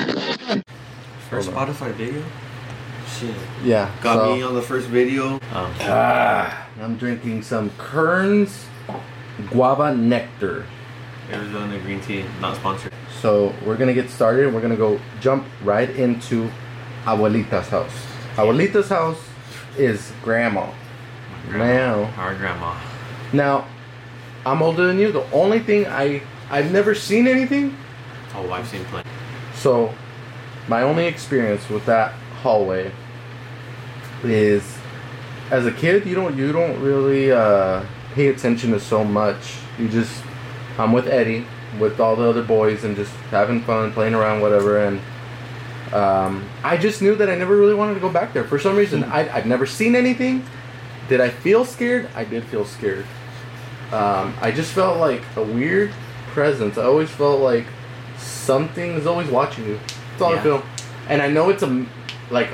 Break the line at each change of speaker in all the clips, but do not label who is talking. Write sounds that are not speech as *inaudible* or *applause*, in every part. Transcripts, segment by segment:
For
Hold on.
Spotify video? Shit.
Yeah.
Got
so,
me on the first video.
Oh.
Ah, I'm drinking some Kern's guava nectar.
Arizona green tea, not sponsored.
So we're gonna get started. We're gonna go jump right into Abuelita's house. Abuelita's house is grandma.
Grandma.
Wow.
Our grandma.
Now, I'm older than you. The only thing I I've never seen anything.
Oh, I've seen plenty.
So, my only experience with that hallway is, as a kid, you don't you don't really uh, pay attention to so much. You just I'm with Eddie, with all the other boys, and just having fun, playing around, whatever. And um, I just knew that I never really wanted to go back there for some reason. I, I've never seen anything. Did I feel scared? I did feel scared. Um, I just felt like a weird presence. I always felt like something is always watching you. That's all I
Yeah.
feel. And I know it's a m- like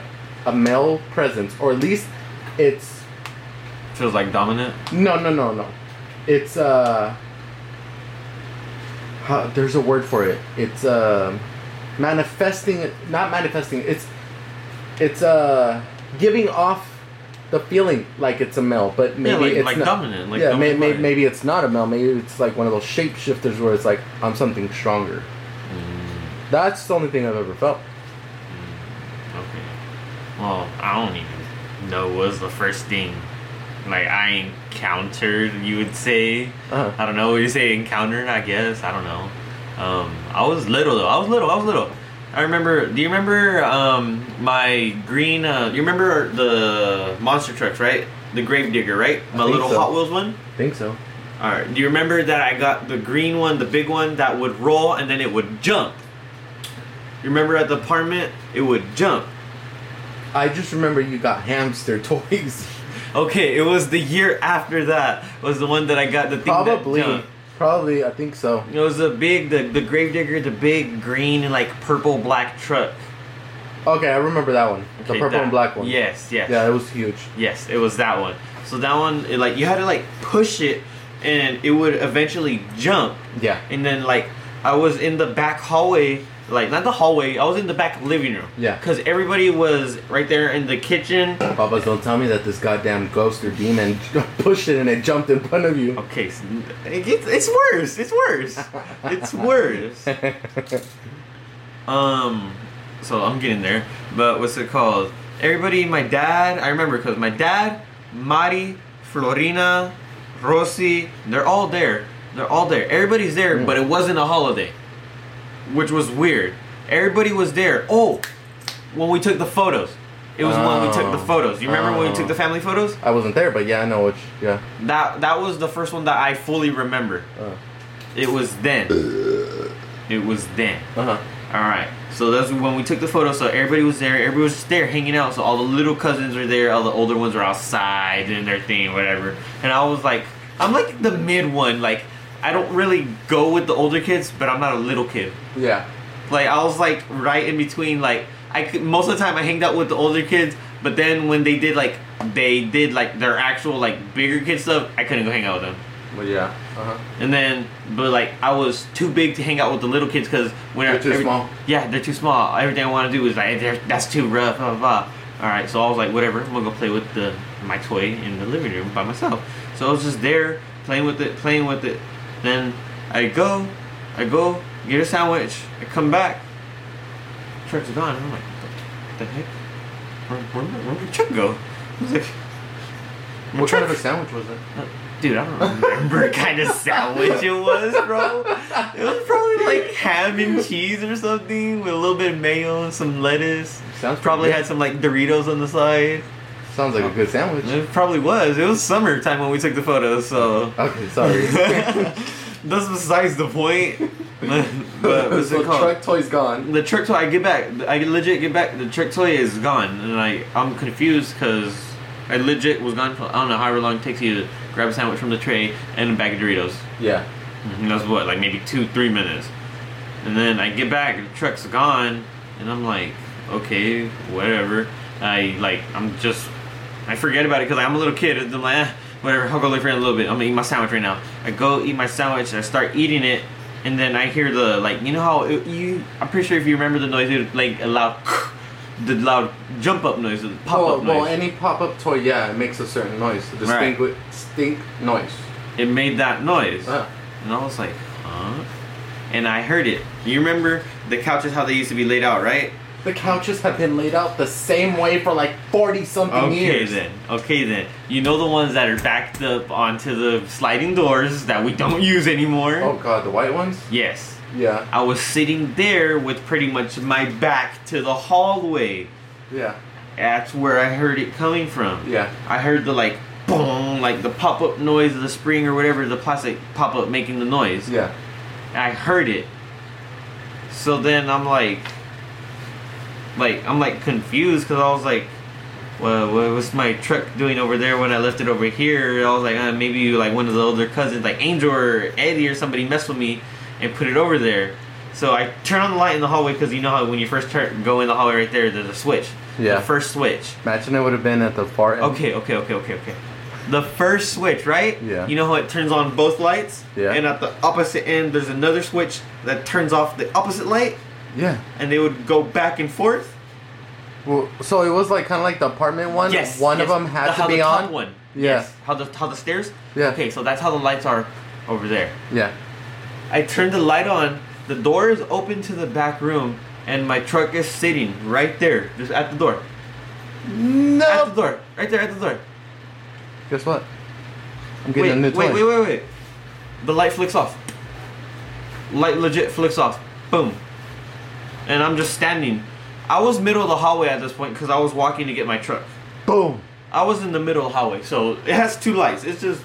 a male presence, or at least it's
Feels like dominant.
no, no, no, no. It's uh, how, there's a word for it. It's uh, manifesting. Not manifesting. It's it's uh, giving off the feeling like it's a male, but maybe
yeah, like,
it's
like
not.
dominant. Like
yeah, may,
dominant
may,
body.
maybe it's not a male. Maybe it's like one of those shapeshifters where it's like I'm something stronger.
Mm,
That's the only thing I've ever felt.
okay. Well, I don't even know what's the first thing like I encountered. You would say.
Uh-huh.
I don't know. You say encounter. I guess. I don't know. Um, I was little though. I was little. I was little. I remember. Do you remember um, my green? Uh, you remember the monster trucks, right? The Gravedigger, right?
I
My
think
little
so.
Hot Wheels one.
Think so.
All right. Do you remember that I got the green one, the big one that would roll and then it would jump? You remember at the apartment, it would jump.
I just remember you got hamster *laughs* toys.
Okay, it was the year after that was the one that I got the thing
probably,
that jumped.
probably. I think so.
It was the big, the the Gravedigger, the big green like purple black truck.
Okay, I remember that one. the
Okay,
purple
that-
and black one.
Yes, yes,
Yeah, it was huge.
yes. It was that one. So that one, it, like you had to like push it, and it would eventually jump.
Yeah.
And then like I was in the back hallway, like not the hallway, I was in the back living room.
Yeah.
Cause everybody was right there in the kitchen.
Papa's don't tell me that this goddamn ghost or demon *laughs* pushed it and it jumped in front of you.
Okay, s- it gets, it's worse. It's worse. It's worse. *laughs* Um, so I'm getting there. But what's it called? Everybody, my dad. I remember because my dad, Mari, Florina, Rossi, they're all there. They're all there. Everybody's there, but it wasn't a holiday, which was weird. Everybody was there. Oh, when we took the photos, it was when we took the
Oh.
photos. You remember when we
Oh.
took the family photos?
I wasn't there, but yeah, I know which. Yeah.
That that was the first one that I fully remember.
Uh
It was then. It was then.
huh.
All right. So that's when we took the photo. So everybody was there. Everybody was just there hanging out. So all the little cousins were there. All the older ones were outside doing their thing, whatever. And I was like, I'm like the mid one. Like I don't really go with the older kids, but I'm not a little kid.
Yeah.
Like I was like right in between. Like I could, most of the time I hanged out with the older kids, but then when they did like they did like their actual like bigger kid stuff, I couldn't go hang out with them.
But yeah. Uh huh.
And then, but like I was too big to hang out with the little kids because when I-
They're too
every-
small.
Yeah, they're too small. Everything I want to do is like they're- that's too rough. Blah, blah blah. All right, so I was like, whatever. I'm gonna go play with the my toy in the living room by myself. So I was just there playing with it, playing with it. Then I go, I go get a sandwich. I come back. Truck's gone. I'm like, what the heck? Where, where, where did truck go? I was like, my
What kind
truck-
of a sandwich was it?
Dude, I don't remember what kind of sandwich it was, bro. It was probably like ham and cheese or something with a little bit of mayo and some lettuce.
Sounds
Probably
pretty
had some like Doritos on the side.
good. Sounds like a good sandwich.
It probably was. It was summertime when we took the photos, so. *laughs*
Okay, sorry.
That's besides the point. *laughs*
*laughs*
but what's
so
it called?
truck toy's gone.
the trick toy I get back, I legit get back. The trick toy is gone, and I I'm confused because I legit was gone for I don't know however long it takes you to grab a sandwich from the tray and a bag of Doritos.
Yeah.
And that's what like maybe two three minutes, and then I get back, the truck's gone, and I'm like, okay, whatever. I like I'm just I forget about it because I'm a little kid. And I'm like, eh, whatever. I'll go look for it in a little bit. I'm gonna eat my sandwich right now. I go eat my sandwich. I start eating it, and then I hear the like you know how it, you I'm pretty sure if you remember the noise it was like a loud *laughs* the loud jump up noise the pop
well,
up
Oh, well,
noise
any pop-up toy, yeah, it makes a certain noise, a distinct, distinct noise.
it made that noise
Ah.
and I was like huh and I heard it you remember the couches how they used to be laid out right
The couches have been laid out the same way for like forty something
okay
years.
then okay then you know the ones that are backed up onto the sliding doors that we don't use anymore
Oh god, the white ones.
yes
Yeah,
I was sitting there with pretty much my back to the hallway.
yeah,
That's where I heard it coming from.
yeah.
I heard the like boom, like the pop up noise of the spring or whatever, the plastic pop up making the noise.
Yeah.
I heard it. So then I'm like, like I'm like confused because I was like, well, what was my truck doing over there when I left it over here? I was like, uh, maybe like one of the older cousins, like Angel or Eddie or somebody, messed with me and put it over there. So I turn on the light in the hallway because you know how when you first turn go in the hallway right there, there's a switch.
Yeah.
The first switch.
Imagine it would have been at the far end.
Okay, okay, okay, okay, okay. The first switch, right?
Yeah.
You know how it turns on both lights?
Yeah.
And at the opposite end, there's another switch that turns off the opposite light,
Yeah.
and they would go back and forth.
Well, so it was like kind of like the apartment one.
yes.
One of
yes.
them had
The-
to
how
be
the
on.
Top one.
Yeah.
Yes. How the how the stairs?
Yeah.
Okay, so that's how the lights are over there.
Yeah.
I turned the light on. The door is open to the back room, and my truck is sitting right there, just at the door. At the
No.
door, right there at the door.
Guess what? I'm getting
Wait,
a new
wait,
toy.
wait, wait, wait. The light flicks off. Light legit flicks off. Boom. And I'm just standing. I was middle of the hallway at this point because I was walking to get my truck.
Boom.
I was in the middle of the hallway, so it has two lights. It's just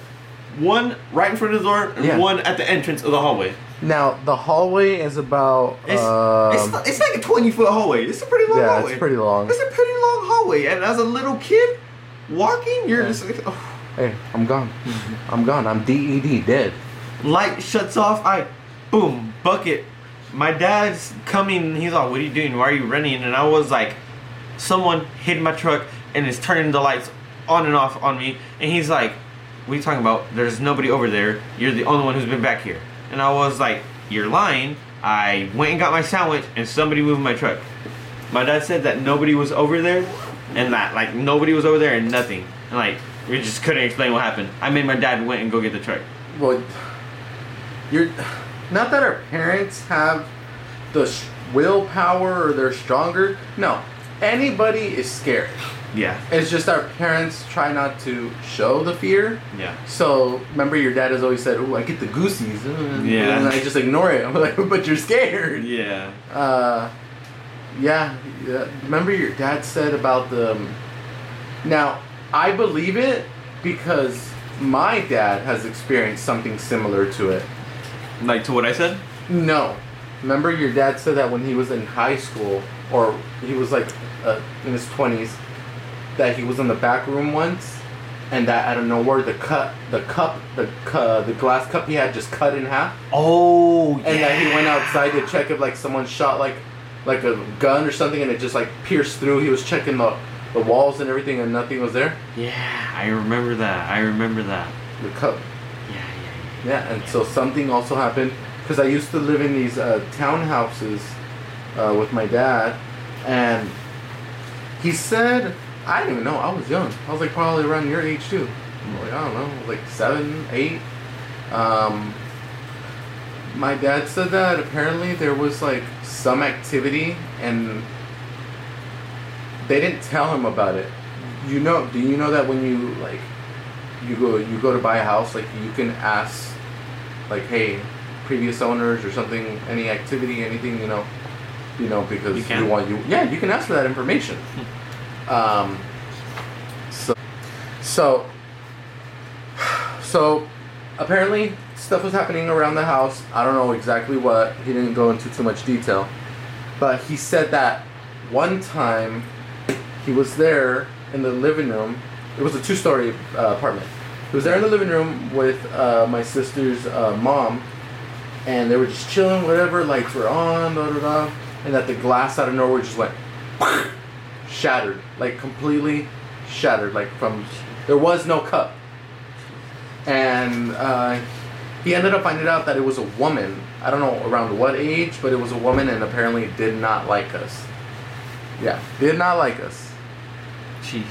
one right in front of the door and
Yeah.
one at the entrance of the hallway.
Now the hallway is about.
It's, it's,
um,
not- it's like a 20 foot hallway. It's a pretty long
Yeah, it's
hallway.
pretty long.
It's a pretty long hallway. And as a little kid walking, you're
Yeah.
just like, oh.
hey, I'm gone. I'm gone. I'm DED dead.
light shuts off. I, boom, bucket. My dad's coming. He's like, "What are you doing? Why are you running?" And I was like, "Someone hit my truck and is turning the lights on and off on me." And he's like, "What are you talking about? There's nobody over there. You're the only one who's been back here." And I was like, "You're lying." I went and got my sandwich, and somebody moved my truck. My dad said that nobody was over there, and that like nobody was over there and nothing, and like we just couldn't explain what happened. I made my dad went and go get the truck.
Well, you're not that our parents have the sh- willpower or they're stronger. No, anybody is scared.
Yeah.
It's just our parents try not to show the fear.
Yeah.
So remember, your dad has always said, "Oh, I get the goosies," uh,
Yeah.
and I just ignore it. *laughs* I'm like, "But you're scared."
Yeah.
Uh, yeah, yeah. Remember your dad said about the. um, Now, I believe it because my dad has experienced something similar to it.
Like to what I said?
No, remember your dad said that when he was in high school or he was like uh, in his twenties, that he was in the back room once, and that out of nowhere the cut, the cup, the cu- uh, the glass cup he had just cut in half.
Oh
and that he went outside to check if like someone shot like like a gun or something and it just like pierced through he was checking the the walls and everything and nothing was there
Yeah, I remember that. I remember that.
the cup
Yeah, yeah.
yeah and so something also happened because i used to live in these uh, townhouses uh, with my dad and he said i didn't even know i was young i was like probably around your age too like i don't know like seven eight um, my dad said that apparently there was like some activity and they didn't tell him about it. You know, do you know that when you like you go you go to buy a house, like you can ask like hey, previous owners or something, any activity, anything, you know, you know because
You
you,
can? Hmm.
want you yeah, you can ask for that information. um so so so apparently stuff was happening around the house. I don't know exactly what. He didn't go into too much detail. But he said that one time he was there in the living room. It was a two story uh, apartment. He was there in the living room with uh, my sister's uh, mom, and they were just chilling, whatever, lights were on, da da da. And that the glass out of nowhere just went *laughs* shattered, like completely shattered, like from there was no cup. And uh, he ended up finding out that it was a woman I don't know around what age, but it was a woman and apparently did not like us. Yeah, did not like us.
Jeez.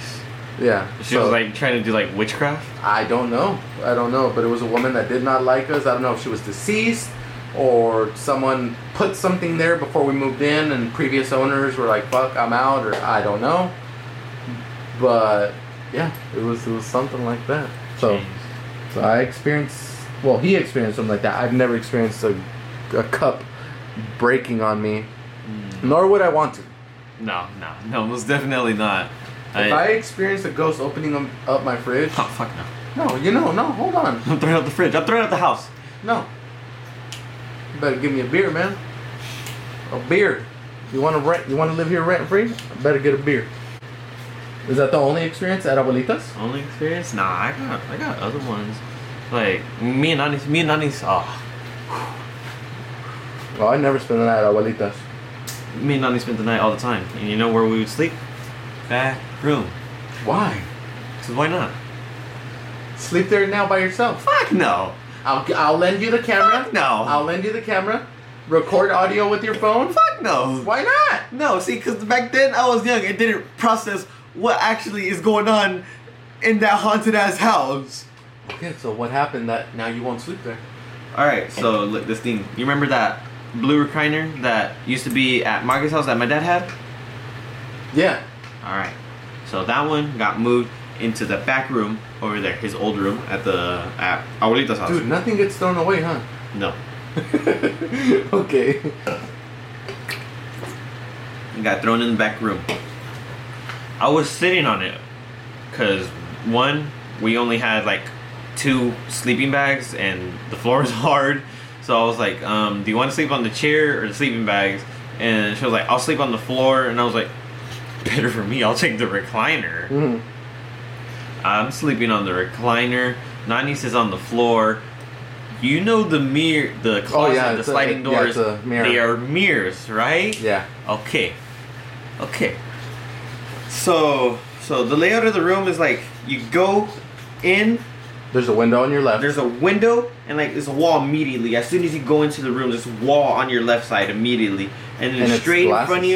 Yeah.
She
so-
was like trying to do like witchcraft.
I don't know. I don't know. But it was a woman that did not like us. I don't know if she was deceased or someone put something there before we moved in and previous owners were like, fuck, I'm out, or I don't know. But yeah, it was it was something like that. So,
Jeez.
so I experienced, well, he experienced something like that. I've never experienced a, a cup breaking on me,
Hmm.
nor would I want to.
No, no, no. Most definitely not.
If I experienced a ghost opening um, up my fridge,
oh fuck no. *laughs*
no, you know, no, hold on.
I'm throwing out the fridge. I'm throwing out the house.
No. You better give me a beer, man. A beer. You want to rent? You want to live here rent free? I better get a beer. Is that the only experience at Abuelitas?
Only experience? Nah, I got I got other ones. Like me and Anis, me and Anis, oh,
Well, Oh, I never spent the night at Abuelitas.
me and Nani spent the night all the time. And you know where we would sleep? Back room.
Why?
So why not?
Sleep there now by yourself.
Fuck no.
I'll I'll lend you the camera.
Fuck no.
I'll lend you the camera. Record audio with your phone.
Fuck no.
Why not?
No, see, because back then I was young and didn't process what actually is going on in that haunted ass house.
Okay, so what happened that now you won't sleep there?
All right, so look, this thing. You remember that blue recliner that used to be at Margaret's house that my dad had?
Yeah.
All right. So that one got moved into the back room over there, his old room at the at Abuelita's house.
Dude, nothing gets thrown away, huh?
No,
*laughs* okay.
it got thrown in the back room. I was sitting on it because one, we only had like two sleeping bags and the floor is *laughs* hard. So I was like, um, "Do you want to sleep on the chair or the sleeping bags?" And she was like, "I'll sleep on the floor." And I was like, *laughs* "Better for me. I'll take the recliner."
Mm.
I'm sleeping on the recliner. Nani's is on the floor. You know the mirror, the closet,
Oh, yeah,
the
it's a-
sliding
yeah,
doors.
it's a mirror.
They are mirrors, right?
Yeah.
Okay. Okay. So, so the layout of the room is like you go in.
There's a window on your left.
There's a window and like there's a wall immediately. As soon as you go into the room, there's a wall on your left side immediately, and then
And it's
straight in front of
glasses.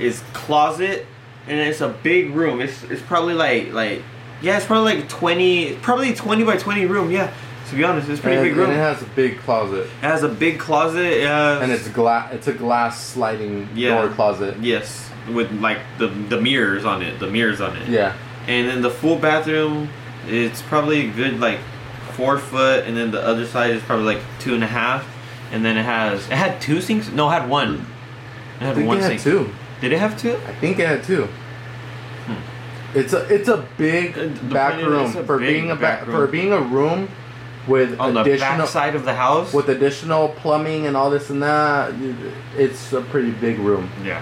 you is closet, and it's a big room. It's it's probably like like yeah, it's probably like twenty, probably twenty by twenty room. Yeah, to be honest, it's a pretty
and,
big room.
and it
it,
has a big closet.
has, a big closet. Yeah,
And it's glass. It's a glass sliding
Yeah.
door closet.
yes with like the the mirrors on it, the mirrors on it.
Yeah.
And then the full bathroom, it's probably a good like four foot, and then the other side is probably like two and a half, and then it has it had two sinks. No, it had one. It
I
had
think
one
it had
sink.
two.
Did it have two?
I think it had two. It's a it's a big
Uh, Hmm. the
back
point is
room
it's a
for
big
being a
back
back
room.
for being a room with
On the
additional
back side of the house.
with additional plumbing and all this and that. you- It's a pretty big room.
yeah.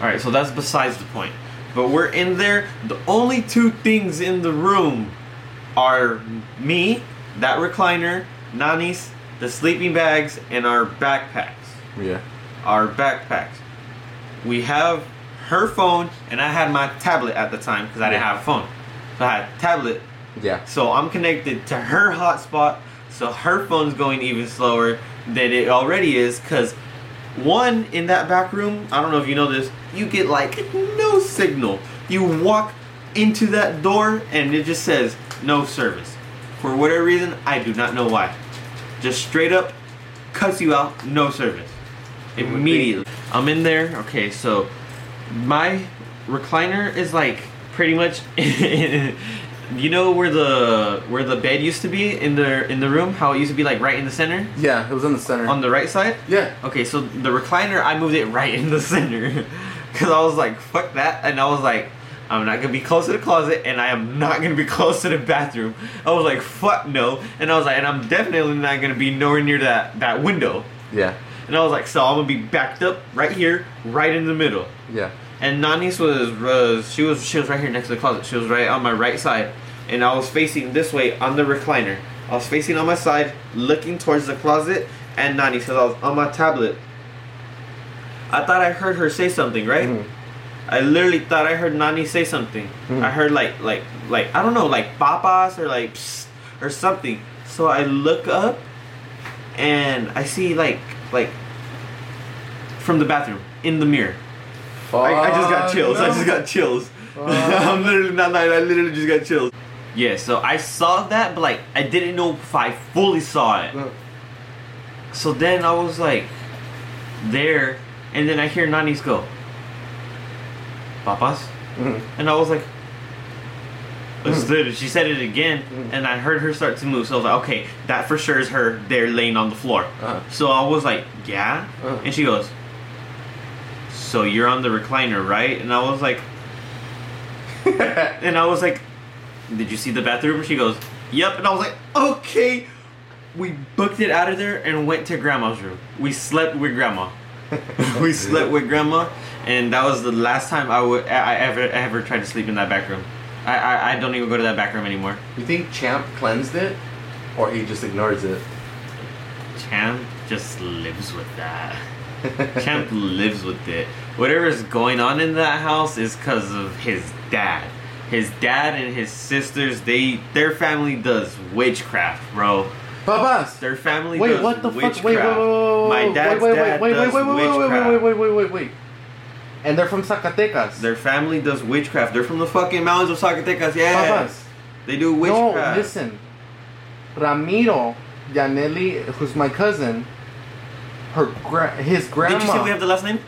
All right, so that's besides the point. But we're in there. The only two things in the room are me, that recliner, Nani's, the sleeping bags, and our backpacks.
Yeah.
our backpacks. We have her phone, and I had my tablet at the time because I didn't have a phone. So I had a tablet.
Yeah.
So I'm connected to her hotspot, so her phone's going even slower than it already is because one in that back room, I don't know if you know this, you get like no signal. You walk into that door and it just says no service. For whatever reason, I do not know why. Just straight up cuts you out, no service. Immediately. I'm in there. Okay, so my recliner is like pretty much *laughs* you know where the where the bed used to be in the in the room, how it used to be like right in the center?
Yeah. It was in the center.
On the right side?
yeah.
Okay, so the recliner, I moved it right in the center. *laughs* Because I was like, fuck that. And I was like, I'm not going to be close to the closet and I am not going to be *laughs* close to the bathroom. I was like, fuck no. And I was like, and I'm definitely not going to be nowhere near that, that window.
Yeah.
And I was like, so I'm going to be backed up right here, right in the middle.
Yeah.
And Nani's was, was she was she was right here next to the closet. She was right on my right side, and I was facing this way on the recliner. I was facing on my side, looking towards the closet, and Nani because I was on my tablet. I thought I heard her say something, right?
Mhm.
I literally thought I heard Nani say something.
Mhm.
I heard like like like I don't know like papas or like psst or something. So I look up, and I see like like from the bathroom in the mirror. I, I just got
Fuck
chills. I
no.
just got chills. *laughs*
Fuck.
I'm literally not. not- I literally just got chills. Yeah, so I saw that, but like I didn't know if I fully saw it. So then I was like, there, and then I hear Nani's go, Papas,
Mhm.
and I was like, it's
Mm.
there. She said it again,
Mm.
and I heard her start to move. So I was like, okay, that for sure is her there laying on the floor.
Uh-huh.
So I was like, yeah,
Uh-huh.
and she goes, so you're on the recliner, right? And I was like, and I was like, "Did you see the bathroom?" She goes, "Yep." And I was like, "Okay." We booked it out of there and went to grandma's room. We slept with grandma. we slept with grandma, and that was the last time I would I I ever ever tried to sleep in that back room. I, I I don't even go to that back room anymore.
You think Champ cleansed it, or he just ignores it?
Champ just lives with
*laughs*
that. Champ lives with it. Whatever is going on in that house is because of his dad. His dad and his sisters, they their family does witchcraft, bro.
Papas.
Their family
Wait,
does
what the
witchcraft.
fuck? Wait, wait, wait, wait, wait,
My
wait,
dad's
wait,
dad
wait,
does
wait, wait, wait, wait,
witchcraft.
wait, wait, wait, wait, wait, wait. And they're from Zacatecas.
Their family does witchcraft. They're from the fucking mountains of Zacatecas. Yeah,
Papas.
they do
No,
witchcraft.
listen. Ramiro Yaneli, who's my cousin, her gra- his grandma.
Did you see we have the last name?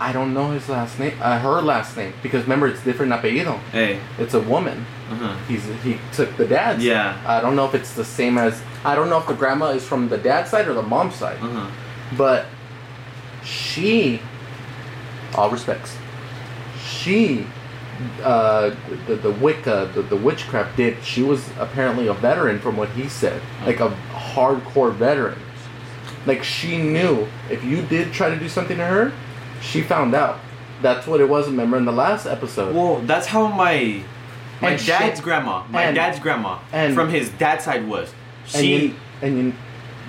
I don't know his last name. Uh, her last name because remember it's different apellido.
Hey,
It's a woman.
uh-huh.
He's he took the dad's.
Yeah.
I don't know if it's the same as I don't know if the grandma is from the dad's side or the mom's side,
uh-huh.
but she, all respects, she, uh, the the Wicca, the, the witchcraft did. She was apparently a veteran from what he said, like a hardcore veteran. Like she knew if you did try to do something to her, she found out. That's what it was. Remember in the last episode.
Whoa, that's how my my
And
dad's
shit-
grandma, my
and-
dad's grandma
and-
from his dad's side was.
and
She
you, and you,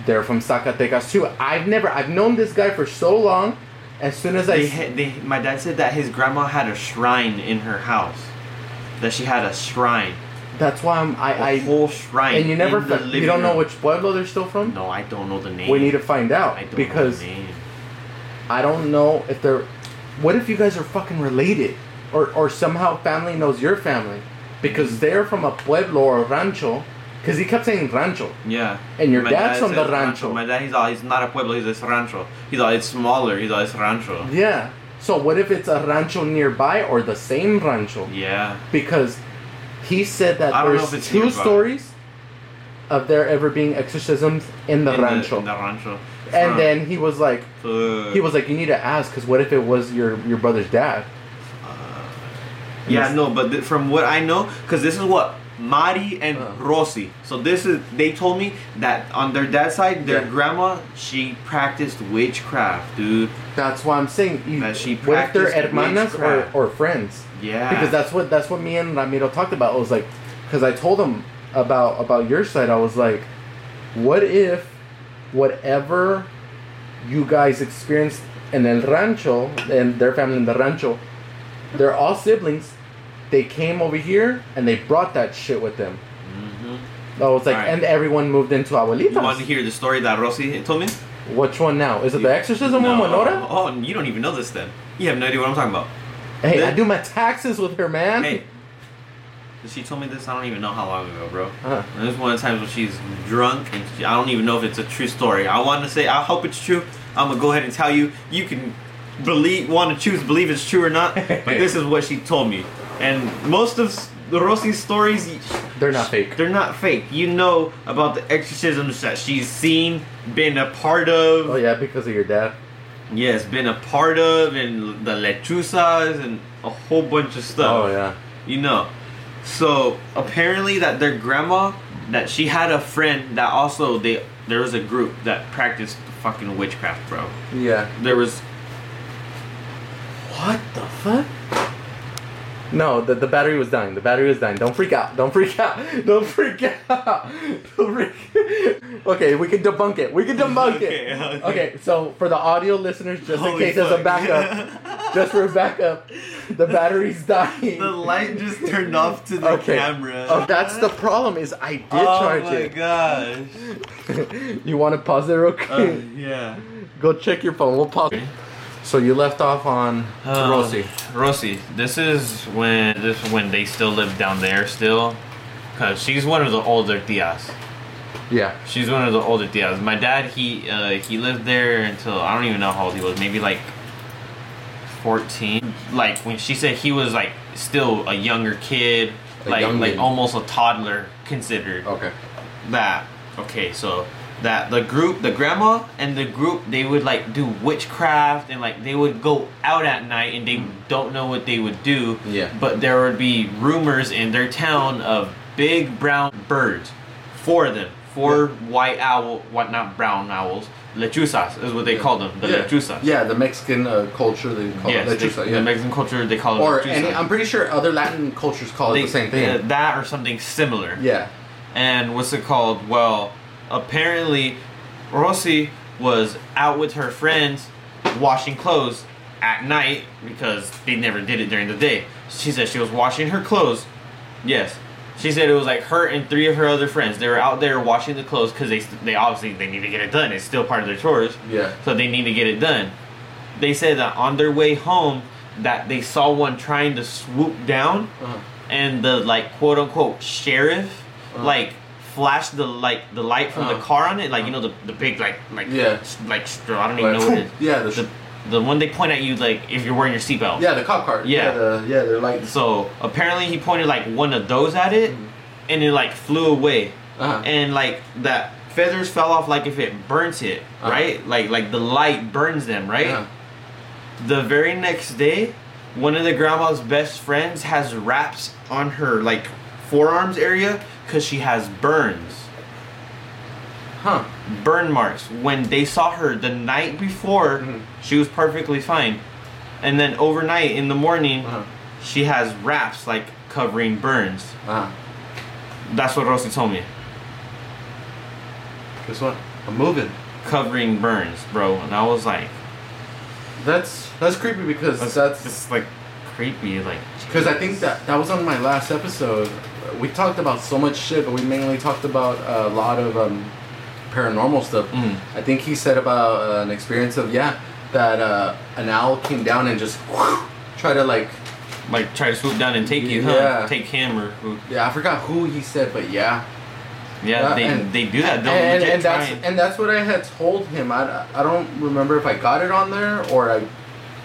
they're from Zacatecas too. I've never, I've known this guy for so long. As soon as I,
they,
s-
had- they, my dad said that his grandma had a shrine in her house. That she had a shrine,
that's why I'm,
a
I, I,
whole shrine.
and you never,
in the
fi- you
living
don't know
room.
which pueblo they're still from.
No, I don't know the name.
We need to find out
I don't
because
know the name.
I don't know if they're. What if you guys are fucking related, or or somehow family knows your family,
Mm-hmm.
because they're from a pueblo or rancho. Because he kept saying rancho.
Yeah.
And your
My
dad's
dad
from the
says
rancho.
My dad, he's all, he's not a pueblo, he's a rancho. He's all, it's smaller, he's all, it's rancho.
Yeah. So what if it's a rancho nearby or the same rancho?
Yeah.
because he said that
I don't know if
there's
it's
two
nearby.
stories of there ever being exorcisms in the
in
rancho.
The, in the rancho.
and then he was like,
Fuck.
he was like, you need to ask, because what if it was your your brother's dad?
Yeah,
Yes.
no, but th- from what I know, because this is what Mari and
Uh.
Rossi. So this is they told me that on their dad's side, their
Yeah.
grandma she practiced witchcraft, dude.
That's why I'm saying, you,
That she
what if they're
practiced
hermanas or,
witchcraft.
or friends?
Yeah,
Because that's what that's what me and Ramiro talked about. It was like, because I told him about about your side. I was like, what if whatever you guys experienced in El Rancho and their family in the Rancho, they're all siblings. They came over here and they brought that shit with them.
Mhm.
I was like,
Alright.
and everyone moved into
You want to
abuelitas.
hear the story that Rossi told me?
Which one now? Is it the exorcism
No.
one, Winona?
Oh, you don't even know this then. You have no idea what I'm talking about.
Hey, I
The-
do my taxes with her, man.
Hey, she told me this. I don't even know how long ago, bro.
Uh-huh.
And this is one of the times when she's drunk, and she, I don't even know if it's a true story. I want to say, I hope it's true. I'm gonna go ahead and tell you. You can believe, want to choose, believe it's true or not. But this is what she told me. And most of s- the Rosie's stories,
They're not fake.
they're not fake. You know about the exorcisms that she's seen, been a part of.
Oh yeah, because of your dad.
Yes, been a part of, and the lechuzas, and a whole bunch of stuff
Oh yeah.
you know. So apparently that their grandma that she had a friend that also they there was a group that practiced fucking witchcraft, bro.
Yeah.
There was
What the fuck? No, the, the battery was dying. The battery was dying. Don't freak out. Don't freak out. *laughs* Don't freak out. *laughs* Don't freak *laughs* Okay, we can debunk it. We can debunk
Okay,
it.
okay.
Okay, so for the audio listeners, just in
Holy
case as a
fuck. *laughs*
backup, just for a backup, the battery's dying.
the light just turned off to the
*laughs* okay.
camera.
Oh, that's the problem is I did
Oh
charge
my
it.
gosh.
*laughs* you want to pause it real quick?
Uh, yeah.
Go check your phone. We'll pause.
Okay.
So you left off on
Um,
Rossi.
Rosie. This is when this is when they still live down there still, cause she's one of the older tias.
Yeah.
She's one of the older tias. My dad, he uh, he lived there until I don't even know how old he was. Maybe like fourteen. Like when she said he was like still a younger kid,
A Oh,
like
youngin.
like almost a toddler considered.
Okay.
That okay, so that the group, the grandma and the group, they would like do witchcraft and like they would go out at night and they don't know what they would do.
Mm. Yeah.
But there would be rumors in their town of big brown birds, four of them, four white owl, what not brown owls, lechuzas is what they call them, the
yeah.
lechuzas.
Yeah, the Mexican uh, culture they call
Yes,
it lechuza.
the,
yeah.
the Mexican culture they call it
or
lechuzas.
any, I'm pretty sure other Latin cultures call it
They-
the same thing.
uh, that or something similar.
yeah.
and what's it called? Well, apparently, Rossi was out with her friends washing clothes at night because they never did it during the day. She said she was washing her clothes. Yes. She said it was like her and three of her other friends. They were out there washing the clothes because they, they obviously they need to get it done. It's still part of their chores.
Yeah.
So they need to get it done. They said that on their way home that they saw one trying to swoop down
Uh-huh.
and the like quote unquote sheriff
Uh.
like flashed the like the light from the
Uh.
car on it like you know the, the big like like
Yeah.
s- like straw I don't even
Like,
know what it is
*laughs* yeah, the sh-
the, the one they point at you like if you're wearing your seatbelt
Yeah, the cop cart.
Yeah.
the, yeah, they're like.
so apparently he pointed like one of those at it
Mm-hmm.
and it like flew away
Uh-huh.
and like that feathers fell off like if it burns it
Uh-huh.
right like like the light burns them right
Uh-huh.
the very next day, one of the grandma's best friends has wraps on her like forearms area because she has burns,
Huh.
burn marks. When they saw her the night before,
Mhm.
she was perfectly fine, and then overnight in the morning,
Uh-huh.
she has wraps like covering burns.
Uh-huh.
That's what Rosie told me.
Guess what? I'm moving.
Covering burns, bro. And I was like,
That's that's creepy because
that's,
that's
just, like creepy, like
because I think that that was on my last episode. We talked about so much shit, but we mainly talked about a lot of um, paranormal stuff.
Mm.
I think he said about uh, an experience of yeah that uh, an owl came down and just try to like
like try to swoop down and take you, huh?
Yeah.
Take him or who?
yeah I forgot who he said, but yeah
Yeah,
Yeah,
they,
Uh, and-
they do that. They'll
and,
legit
and that's
try and-
and that's what I had told him. I, I don't remember if I got it on there or I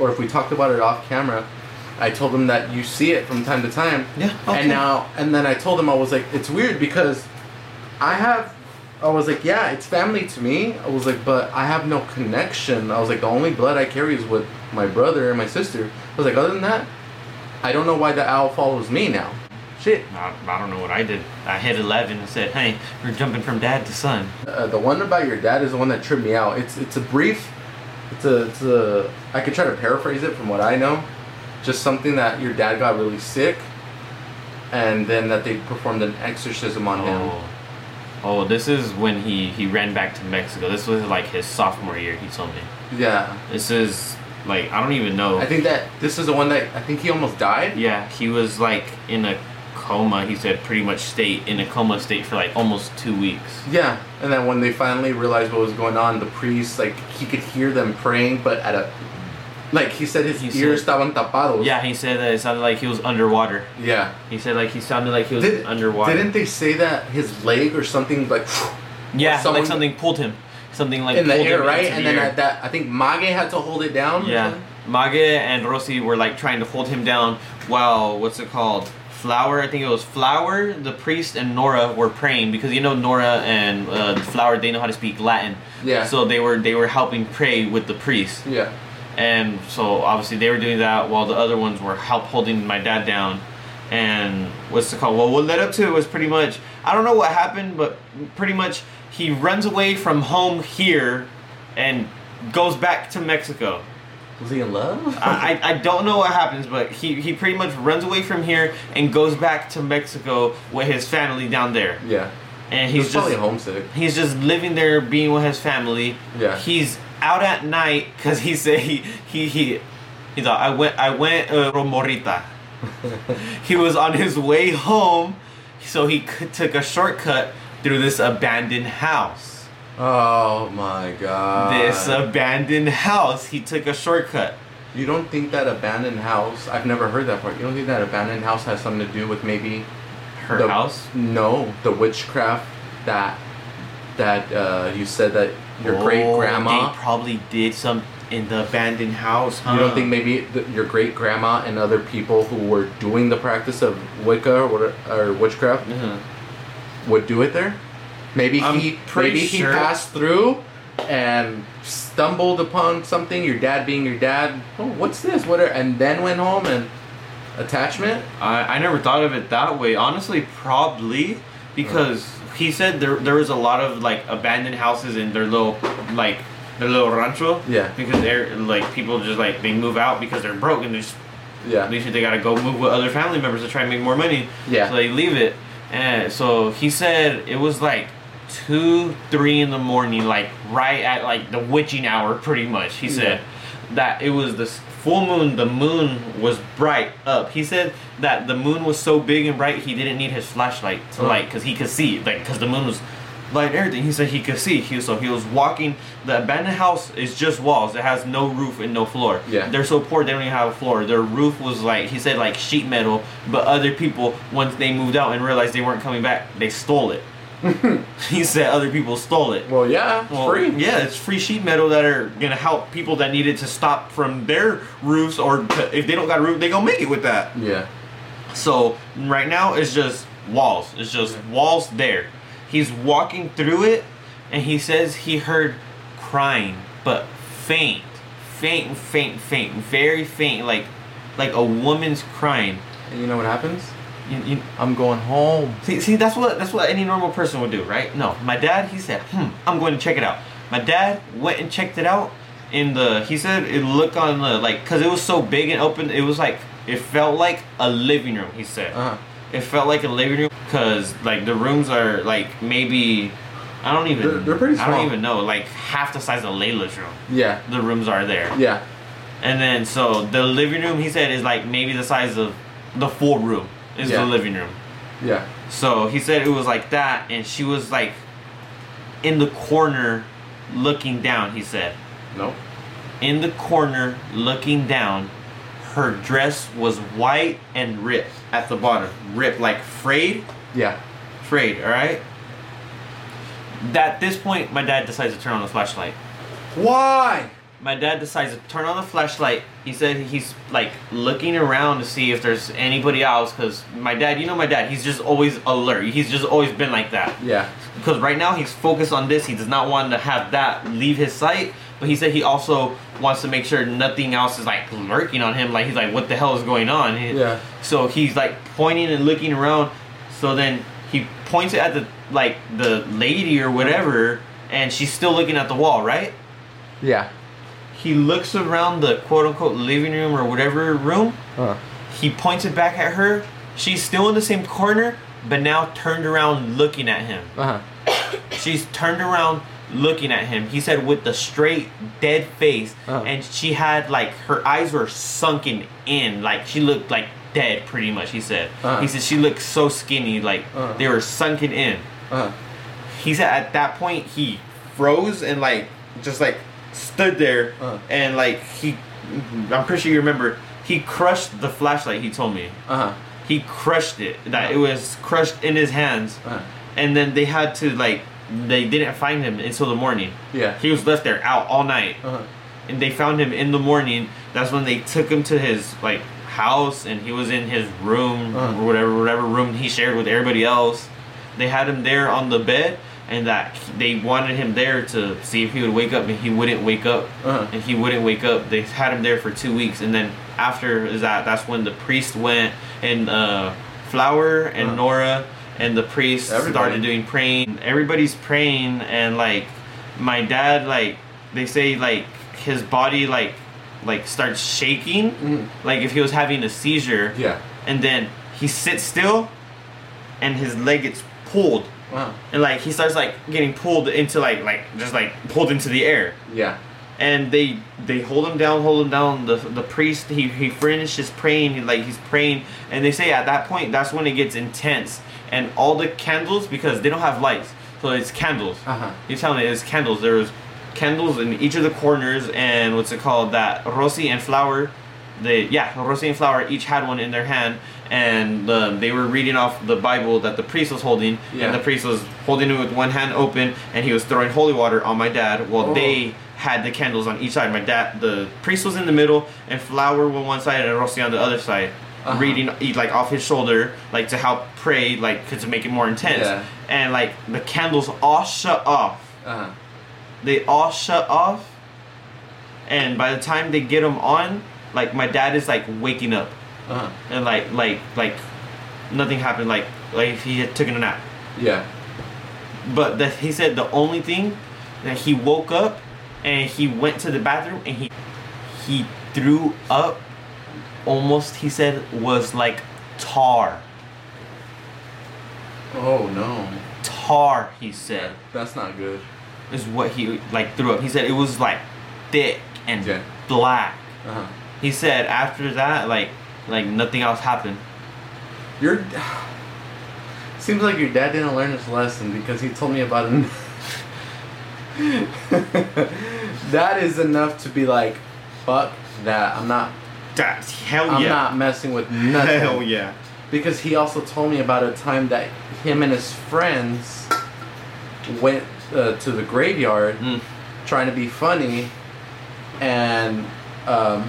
or if we talked about it off camera. I told him that you see it from time to time.
Yeah, okay.
And now and then I told him I was like, it's weird because I have. I was like, yeah, it's family to me. I was like, but I have no connection. I was like, the only blood I carry is with my brother and my sister. I was like, other than that, I don't know why the owl follows me now. Shit.
I, I don't know what I did. I hit 11 and said, hey, we're jumping from dad to son.
Uh, the one about your dad is the one that tripped me out. It's it's a brief. It's a, it's a I could try to paraphrase it from what I know. Just something that your dad got really sick, and then that they performed an exorcism on him.
Oh. oh, this is when he, he ran back to Mexico. This was like his sophomore year, he told me.
Yeah,
This is like, I don't even know.
I think that this is the one that I think he almost died.
yeah, he was like in a coma. He said pretty much state in a coma state for like almost two weeks.
Yeah, and then when they finally realized what was going on, the priest like he could hear them praying, but at a like he said his
He
ears
said-
estaban tapados.
Yeah, he said that it sounded like he was underwater.
yeah.
He said like he sounded like he was
Did,
underwater.
Didn't they say that his leg or something like?
yeah,
someone-
like something pulled him. Something like
in the
pulled
air,
him
right?
into
And
the
then
air.
at that, I think Mage had to hold it down. or
Yeah,
something?
Mage and Rossi were like trying to hold him down while what's it called? Flower, I think it was Flower, the priest, and Nora were praying because you know Nora and uh, Flower, they know how to speak Latin.
Yeah.
So they were they were helping pray with the priest,
Yeah.
and so obviously they were doing that while the other ones were help holding my dad down. And what's it called? Well, what led up to it was pretty much I don't know what happened, but pretty much he runs away from home here, and goes back to Mexico.
Was he in love?
I, I I don't know what happens, but he, he pretty much runs away from here and goes back to Mexico with his family down there.
*laughs* yeah.
And
He's,
he's
probably
just
homesick.
he's just living there, being with his family.
Yeah.
He's out at night because he said he he he he thought I went I went uh,
*laughs*
Romorita. he was on his way home, so he c- took a shortcut through this abandoned house.
Oh my god.
this uh, abandoned house. He took a shortcut.
You don't think that abandoned house? I've never heard that part. You don't think that abandoned house has something to do with maybe
Her
the,
house.
No, the witchcraft that that uh, you said that your great
Oh,
grandma.
They probably did some in the abandoned house. Huh?
You don't think maybe th your great grandma and other people who were doing the practice of Wicca or, what- or witchcraft
Uh-huh.
would do it there? Maybe
I'm
he
pretty
maybe
sure.
he passed through and stumbled upon something. Your dad being your dad, oh, what's this? What? Are, and then went home and attachment.
I, I never thought of it that way. Honestly, probably because he said there there was a lot of like abandoned houses in their little like their little rancho.
Yeah.
Because they're like people just like they move out because they're broke and they just
Yeah.
they, should- they gotta go move with other family members to try and make more money.
Yeah.
So they leave it, and so he said it was like two, three in the morning, like right at like the witching hour, pretty much. He said that it was the s- full moon. The moon was bright up. He said that the moon was so big and bright he didn't need his flashlight to
Oh.
light because he could see, like because the moon was. Like everything, he said he could see. He was, so he was walking. The abandoned house is just walls. It has no roof and no floor.
Yeah.
They're so poor they don't even have a floor. Their roof was like he said like sheet metal, but other people once they moved out and realized they weren't coming back, they stole it.
*laughs*
he said other people stole it.
Well, yeah, it's
Well,
free.
Yeah, it's free sheet metal that are gonna help people that need it to stop from their roofs or to, if they don't got a roof, they gonna make it with that.
Yeah.
So right now it's just walls. It's just walls there. He's walking through it and he says he heard crying, but faint. Faint, faint, faint, very faint, like like a woman's crying.
And you know what happens?
You, you,
I'm going home.
see, see, that's what that's what any normal person would do, right? No, my dad, he said, "Hmm, I'm going to check it out." My dad went and checked it out in the. He said it looked on the like because it was so big and open. It was like it felt like a living room. He said.
Uh-huh.
It felt like a living room because like the rooms are like maybe I don't even
They're- they're pretty
I
small.
don't even know like half the size of Layla's room.
Yeah.
The rooms are there,
Yeah.
and then so the living room he said is like maybe the size of the full room is
Yeah.
the living room.
Yeah.
So he said it was like that, and she was like in the corner looking down. He said
No.
in the corner looking down. Her dress was white and ripped at the bottom, ripped like frayed
Yeah.
afraid, all right? At this point, my dad decides to turn on the flashlight.
Why?
My dad decides to turn on the flashlight. He said he's like looking around to see if there's anybody else because my dad, you know my dad, he's just always alert. He's just always been like that.
Yeah.
Because right now he's focused on this. He does not want to have that leave his sight. But he said he also wants to make sure nothing else is like lurking on him. Like he's like, what the hell is going on? He-
Yeah.
So he's like pointing and looking around. So then he points it at the like the lady or whatever, and she's still looking at the wall, right?
Yeah.
He looks around the quote unquote living room or whatever room.
Uh.
He points it back at her. She's still in the same corner, but now turned around looking at him.
Uh-huh.
She's turned around looking at him. He said with the straight dead face
Uh-huh.
and she had like her eyes were sunken in like she looked like dead pretty much he said.
Uh-huh.
He said she looked so skinny like
Uh-huh.
they were sunken in.
Uh-huh.
He said at that point he froze and like just like stood there
Uh-huh.
and like he I'm pretty sure you remember he crushed the flashlight he told me.
Uh-huh.
He crushed it. That it was crushed in his hands
Uh-huh.
and then they had to like they didn't find him until the morning
Yeah.
he was left there out all night
Uh-huh.
and they found him in the morning that's when they took him to his like house and he was in his room
Uh-huh.
or whatever whatever room he shared with everybody else they had him there on the bed and that they wanted him there to see if he would wake up and he wouldn't wake up
Uh-huh.
and he wouldn't wake up they had him there for two weeks and then after is that that's when the priest went and uh flower and
Uh-huh.
nora and the priest
Everybody.
started doing praying. Everybody's praying, and like my dad, like they say, like his body, like like starts shaking,
Mhm.
like if he was having a seizure.
Yeah.
And then he sits still, and his leg gets pulled,
Wow.
and like he starts like getting pulled into like like just like pulled into the air
Yeah.
and they they hold him down, hold him down. The the priest he he finishes praying, he, like he's praying, and they say at that point that's when it gets intense, and all the candles because they don't have lights, So it's candles.
Uh huh.
You tell me, it's candles. There was candles in each of the corners, and what's it called? That Rossi and Flower, they yeah, Rossi and Flower each had one in their hand, and um, they were reading off the Bible that the priest was holding,
Yeah.
and the priest was holding it with one hand open, and he was throwing holy water on my dad while
Oh.
they had the candles on each side. My dad, the priest was in the middle, and Flower on one side, and Rossi on the other side.
Uh-huh.
Reading each, like off his shoulder, like to help pray, like 'cause to make it more intense,
Yeah.
and like the candles all shut off
Uh huh.
they all shut off and by the time they get them on like my dad is like waking up
Uh huh.
and like like like nothing happened like like if he had taken a nap
Yeah.
but the, he said the only thing that he woke up and he went to the bathroom and he he threw up almost he said was like tar
Oh no.
tar he said
That's not good.
is what he like threw up he said it was like thick and
Yeah.
black
Uh huh.
He said after that, like, like nothing else happened.
Your *sighs* seems like your dad didn't learn his lesson because he told me about it. *laughs* that is enough to be like, fuck that. I'm not.
That hell
I'm
yeah,
not messing with
*laughs*
nothing.
hell yeah.
Because he also told me about a time that him and his friends went uh, to the graveyard
Mm.
trying to be funny, and um,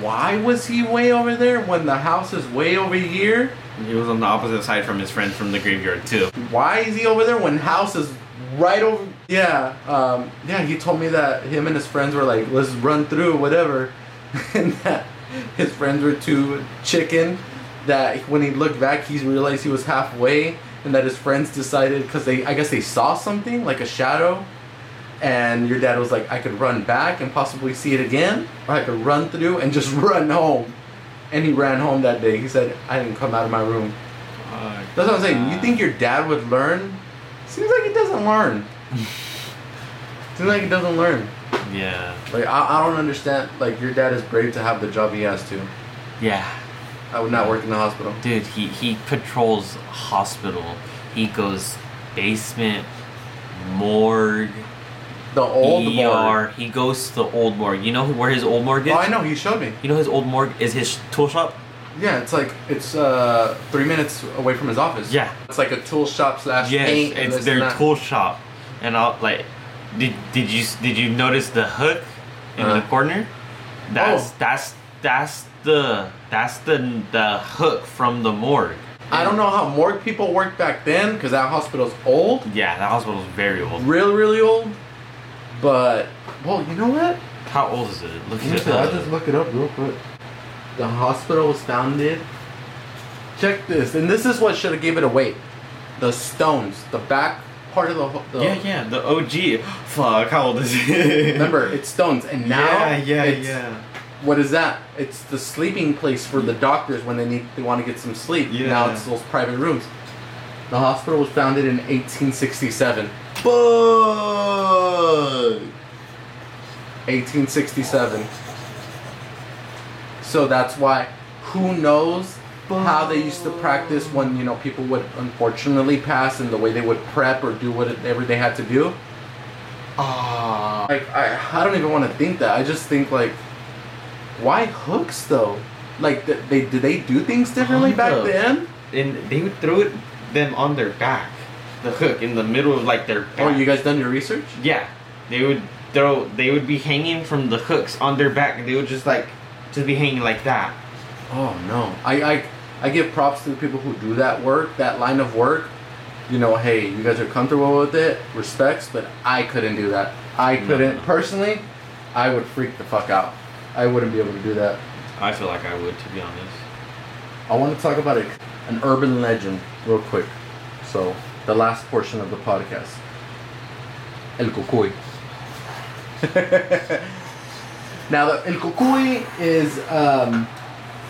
why was he way over there when the house is way over here?
He was on the opposite side from his friends from the graveyard too.
why is he over there when house is right over yeah um, yeah he told me that him and his friends were like let's run through whatever *laughs* and that his friends were too chicken that when he looked back he realized he was halfway and that his friends decided because they i guess they saw something like a shadow and your dad was like i could run back and possibly see it again or i could run through and just *laughs* run home and he ran home that day he said i didn't come out of my room that's what I'm saying. You think your dad would learn? Seems like he
*laughs*
doesn't learn. Seems like he doesn't learn.
Yeah,
Like I, I don't understand. Like your dad is brave to have the job he has to.
yeah,
I would not work in the hospital.
dude. He he patrols hospital. He goes basement, morgue,
The old
ER.
bar.
He goes to the old morgue. You know who- where his old morgue is?
Oh, I know. He showed me.
You know his old morgue is his tool shop.
Yeah, it's like it's uh three minutes away from his office.
Yeah.
It's like a tool shop slash
Yes,
paint. and
it's
this
their
and that.
tool shop, and I'll like. Did did you did you notice the hook in
Uh.
the corner? That's
Oh.
that's that's the that's the the hook from the morgue.
I don't know how morgue people worked back then because that hospital's old.
Yeah, that hospital's very old.
Really, really old. But well, you know what?
How old is it? Look
Let me
at
see, I'll just
it.
look it up real quick. The hospital was founded.
Check this, and this is what should have gave it away. The stones, the back part of the. ho- the
Yeah, yeah, the OG. Fuck, how old is it?
Remember, it's stones, and now
*laughs* yeah, yeah,
it's-
yeah.
What is that? It's the sleeping place for the doctors when they need they want to get some sleep.
Yeah.
Now it's those private rooms. The hospital was founded in 1867.
Fuck.
1867. So that's why. Who knows how they used to practice when you know people would unfortunately pass and the way they would prep or do whatever they had to do.
Ah.
Like I, I don't even want to think that. I just think like, why hooks though? Like th- they did they do things differently
I
back
don't know.
then?
And they would throw it them on their back. The hook in the middle of like their back.
Oh, you guys done your research?
Yeah, they would throw. They would be hanging from the hooks on their back, and they would just like just be hanging like that.
Oh no, I I I give props to the people who do that work, that line of work. You know, hey, you guys are comfortable with it, respects, but I couldn't do that. I
No.
couldn't personally. I would freak the fuck out. I wouldn't be able to do that.
I feel like I would, to be honest.
I want to talk about a, an urban legend real quick. So, the last portion of the podcast. El Cucuy. *laughs* now, the El Cucuy is, um,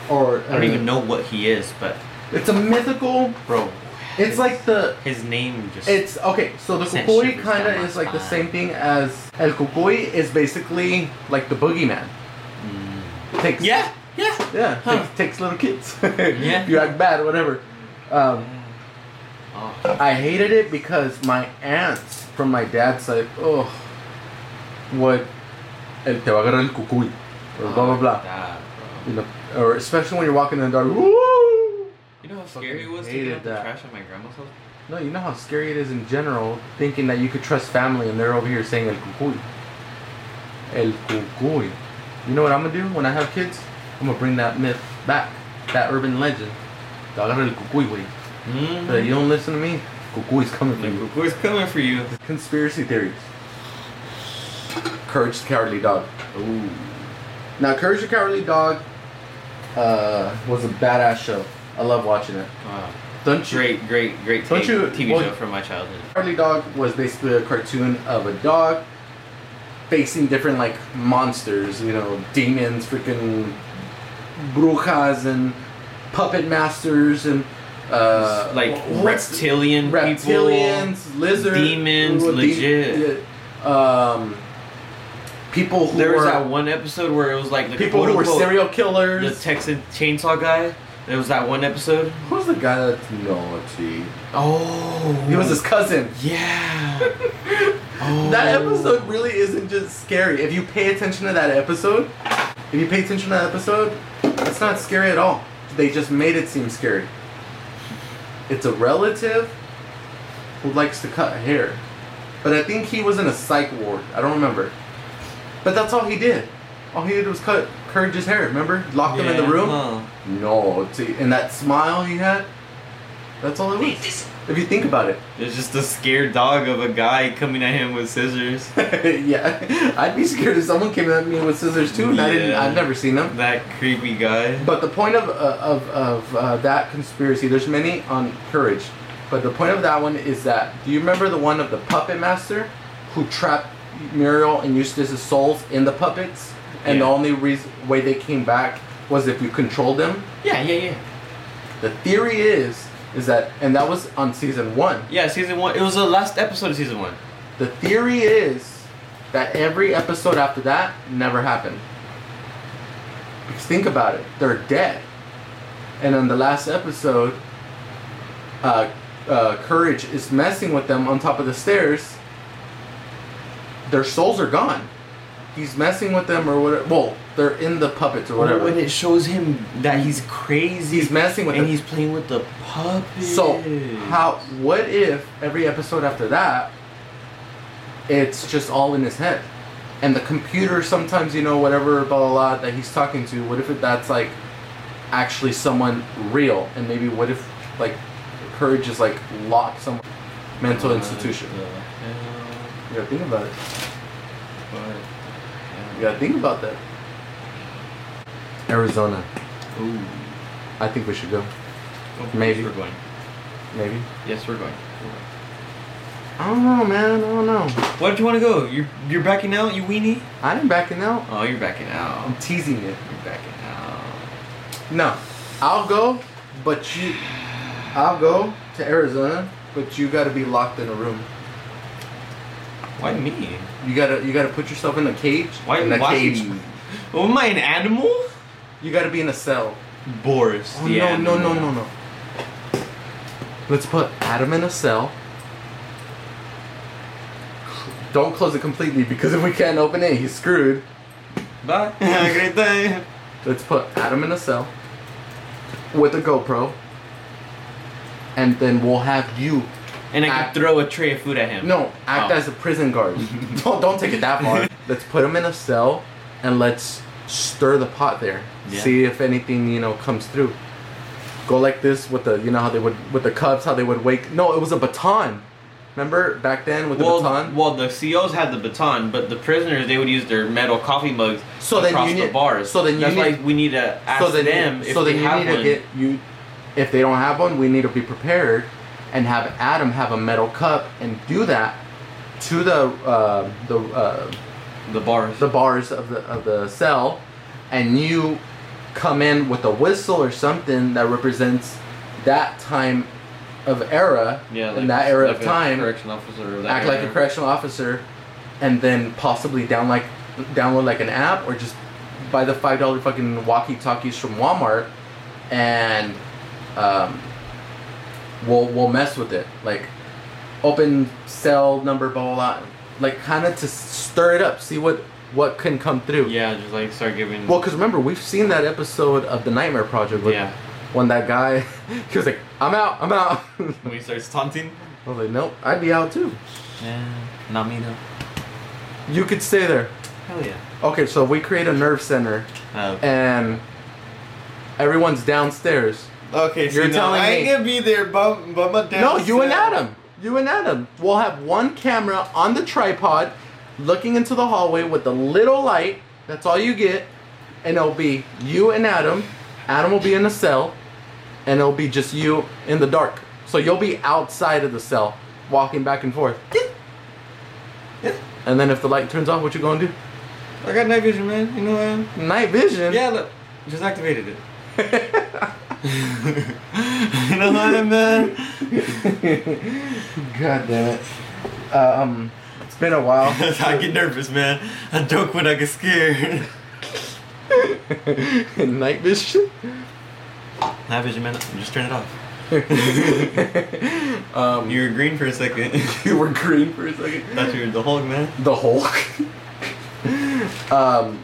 or uh,
I don't even know what he is, but
It's a mythical.
bro,
It's like the.
his name just.
It's okay. So the
Sent
Cucuy
shivers
kind
down
of
my
is like the
spine.
same thing as El Cucuy is basically like the boogeyman.
Mm.
Takes
yeah, yeah.
yeah
Huh.
*laughs*
takes, takes little kids.
Yeah.
you act bad, whatever. Um,
Oh,
I
I
hated it because my aunts from my dad's side, oh, would el te va a agarrar el cucuy, or blah blah blah.
God,
You
bro.
know, or especially when you're walking in the dark. Woo!
You know how
Fucking
scary it was to
hated
get out the
that.
trash at my grandma's house?
No, you know how scary it is in general, thinking that you could trust family and they're over here saying el cucuy. El cucuy. You know what I'm gonna do when I have kids? I'm gonna bring that myth back, that urban legend. Te va a agarrar el cucuy, güey.
Mm-hmm.
But you don't listen to me, cucuy's coming for
Like,
you.
of course, coming for you.
Conspiracy theories.
Courage the Cowardly Dog.
Ooh.
Now, Courage the Cowardly Dog uh, was a badass show. I love watching it.
Wow.
Don't you?
Uh, Great, great, great
Don't
take-
you-
TV
well-
show from my childhood.
Cowardly Dog was basically a cartoon of a dog facing different like monsters, you know, demons, freaking brujas and puppet masters and uh,
like
wh-
reptilian,
reptilians, lizards,
demons, legit.
um, people
people.
who
There was
were
that one episode where it was like the
people who were
quote-unquote-
serial
the
killers.
Texan chainsaw guy. There was that one episode.
Who's the guy that's naughty?
Oh,
He was his cousin. *laughs*
Yeah. oh.
That episode really isn't just scary. If you pay attention to that episode, if you pay attention to that episode, it's not scary at all. They just made it seem scary. It's a relative who likes to cut hair. But I think he was in a psych ward. I don't remember. But that's all he did. All he did was cut Courage's hair, remember? Locked him in the
Yeah,
room.
huh.
No, see, and that smile he had, that's all it was. If you think about it.
It's just a scared dog of a guy coming at him with
*laughs*
scissors.
yeah, I'd be scared if someone came at me with scissors too, and I didn't.
Yeah.
I've never seen them.
That creepy guy.
But the point of uh, of of uh, that conspiracy, there's many on courage, but the point of that one is that do you remember the one of the puppet master who trapped Muriel and Eustace's souls in the puppets, and the
Yeah.
only reason way they came back was if you controlled them.
Yeah, yeah, yeah.
The theory is is that, and that was on season one.
Yeah, season one. It was the last episode of season one.
The theory is that every episode after that never happened. Because think about it, they're dead. And on the last episode, uh, uh, Courage is messing with them on top of the stairs. Their souls are gone. He's messing with them or whatever. Well, they're in the puppets or whatever.
When it shows him that he's crazy.
He's messing with
and
them.
he's playing with the puppet.
So how? What if every episode after that, it's just all in his head, and the computer sometimes you know whatever blah blah, blah that he's talking to. What if that's like actually someone real, and maybe what if like courage is like locked some mental
Uh,
institution.
What the hell?
You gotta think about it.
What
You gotta think about that. Arizona.
the hell? Ooh.
I think we should go.
Oh,
Maybe.
Yes, we're going.
Maybe.
Yes, we're going.
I don't know, man. I don't know.
Why don't you want to go? You're you're backing out, you weenie.
I am backing out.
Oh, you're backing out.
I'm teasing it.
You're backing out.
No, I'll go, but you, I'll go to Arizona, but you gotta be locked in a room.
Why me?
You gotta, you gotta put yourself in a cage.
Why
in a
why
cage?
me? Oh, am I an animal?
You gotta be in a cell.
Boris.
Oh
the
no, no, no,
animal.
no, no. Let's put Adam in a cell. Don't close it completely because if we can't open it, he's screwed.
Bye. Have a *laughs* great day.
Let's put Adam in a cell with a GoPro, and then we'll have you
And I
I-
can throw a tray of food at him.
No, act
Oh.
as a prison
*laughs*
guard. don't, don't take it that far. let's put him in a cell and let's stir the pot there.
Yeah.
See if anything, you know, comes through. Go like this with the, you know, how they would, with the cubs, how they would wake. No, it was a baton. Remember back then with the
Well,
baton?
well, the COs had the baton, but the prisoners they would use their metal coffee mugs
So then
across
you
the
need-
bars.
so then you
that's
need-
why we need to ask
so then,
them
you-
if
so
they
then you
have
need
one.
to get you. If they don't have one, we need to be prepared and have Adam have a metal cup and do that to the uh, the uh,
the bars.
the bars of the of the cell, and you come in with a whistle or something that represents that time of era
yeah, like,
in that era
like
of
a
time.
Correction officer. Of that
act like
era.
a correctional officer, and then possibly down like download like an app or just buy the five dollar fucking walkie talkies from Walmart, and um, we'll we'll mess with it like open cell number blah blah, blah. like kind of to stir it up see what what can come through
Yeah, just like start giving.
well because remember we've seen that episode of the nightmare project with,
yeah.
when that guy *laughs* he was like i'm out i'm out *laughs* i
When he starts taunting.
was like nope i'd be out too
Yeah. Not me though.
you could stay there
Hell yeah.
okay so we create a nerve center
Uh,
and everyone's downstairs
Okay, so
You're
no,
telling
I ain't
me-
gonna be there, bum, bumma down.
No, you and Adam. You and Adam. We'll have one camera on the tripod looking into the hallway with the little light. That's all you get. And it'll be you and Adam. Adam will be in the cell. And it'll be just you in the dark. So you'll be outside of the cell, walking back and forth. And then if the light turns off, what you gonna do?
I got night vision, man. You know what? I'm-
Night vision.
Yeah, look, just activated
*laughs*
*laughs*
it. you know what, man?
God damn it. Um, it's been a
*laughs*
while. *laughs*
*laughs* I get nervous, man. I joke when I get scared. *laughs*
Night vision.
Night vision, man. Just turn it off.
Um,
You were green for a second.
*laughs*
*laughs*
you were green for a second.
Thought you were the Hulk, man.
the
*laughs*
Hulk. um,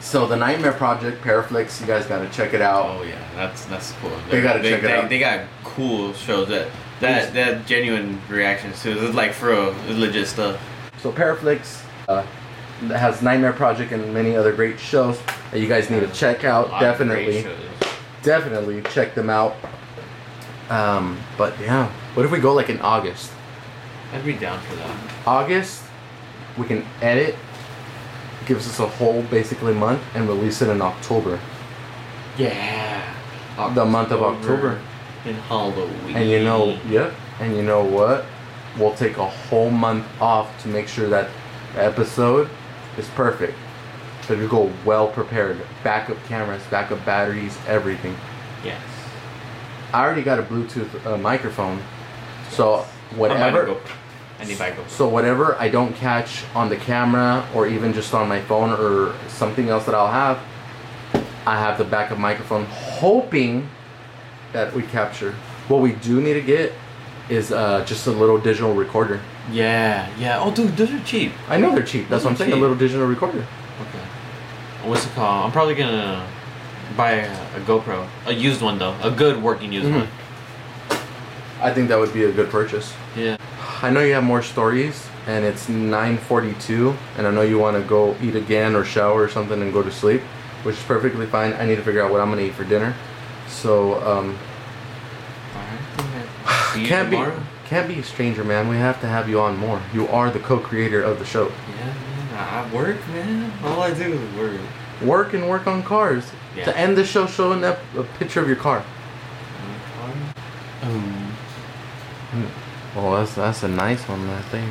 so the Nightmare Project, Paraflix, you guys gotta check it out.
oh yeah, that's that's cool.
They gotta
they,
check it
they,
out.
They got cool shows that that that genuine reactions to. It's like for real, it's legit stuff.
Oh.
So Paraflix uh, has Nightmare Project and many other great shows that you guys need to check
A
Oh,
out.
lot of great
Definitely,
shows.
definitely check them out.
Um, but yeah, what if we go like in August?
I'd be down for that.
August, we can edit. Gives us a whole basically month and release it in October,
Yeah.
the month of October.
in Halloween.
And you know, yep. And you know what? We'll take a whole month off to make sure that the episode is perfect. So you go well prepared. Backup cameras, backup batteries, everything.
Yes.
I already got a Bluetooth uh, microphone, so
I'm about
whatever.
to go. I need Michael.
So whatever I don't catch on the camera or even just on my phone or something else that I'll have, I have the backup microphone hoping that we capture. What we do need to get is uh, just a little digital recorder.
Yeah, yeah. Oh, dude, those are cheap.
I know they're cheap. That's what I'm saying. A little digital recorder.
Okay. What's it called? I'm probably gonna buy a, a GoPro, a used one though, a good working used
Mhm.
one.
I think that would be a good purchase.
*sighs* Yeah.
I know you have more stories, and it's 9:42, and I know you want to go eat again or shower or something and go to sleep, which is perfectly fine. I need to figure out what I'm gonna eat for dinner, so um,
Alright. See you
can't
tomorrow.
be can't be a stranger, man. We have to have you on more. You are the co-creator of the show.
Yeah, man. I work, man. All I do is work.
Work and work on cars.
Yeah.
To end the show, showing up a picture of your car.
Um,
Oh, that's that's a nice one, I think.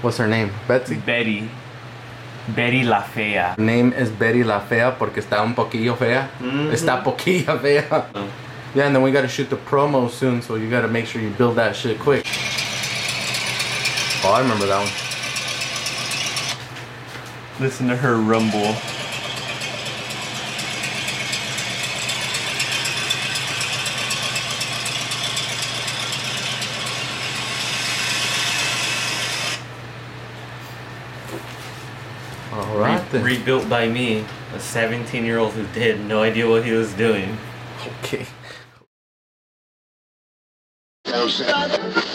What's her name? Betsy.
Betty. Betty La Fea.
Her name is Betty La Fea porque está un poquillo fea. Está poquilla fea.
Mm-hmm. Oh.
Yeah, and then we gotta shoot the promo soon, so you gotta make sure you build that shit quick. Oh, I remember that one.
Listen to her rumble.
All right then.
Rebuilt by me, a 17 year old who did no idea what he was doing.
Okay.
Joseph.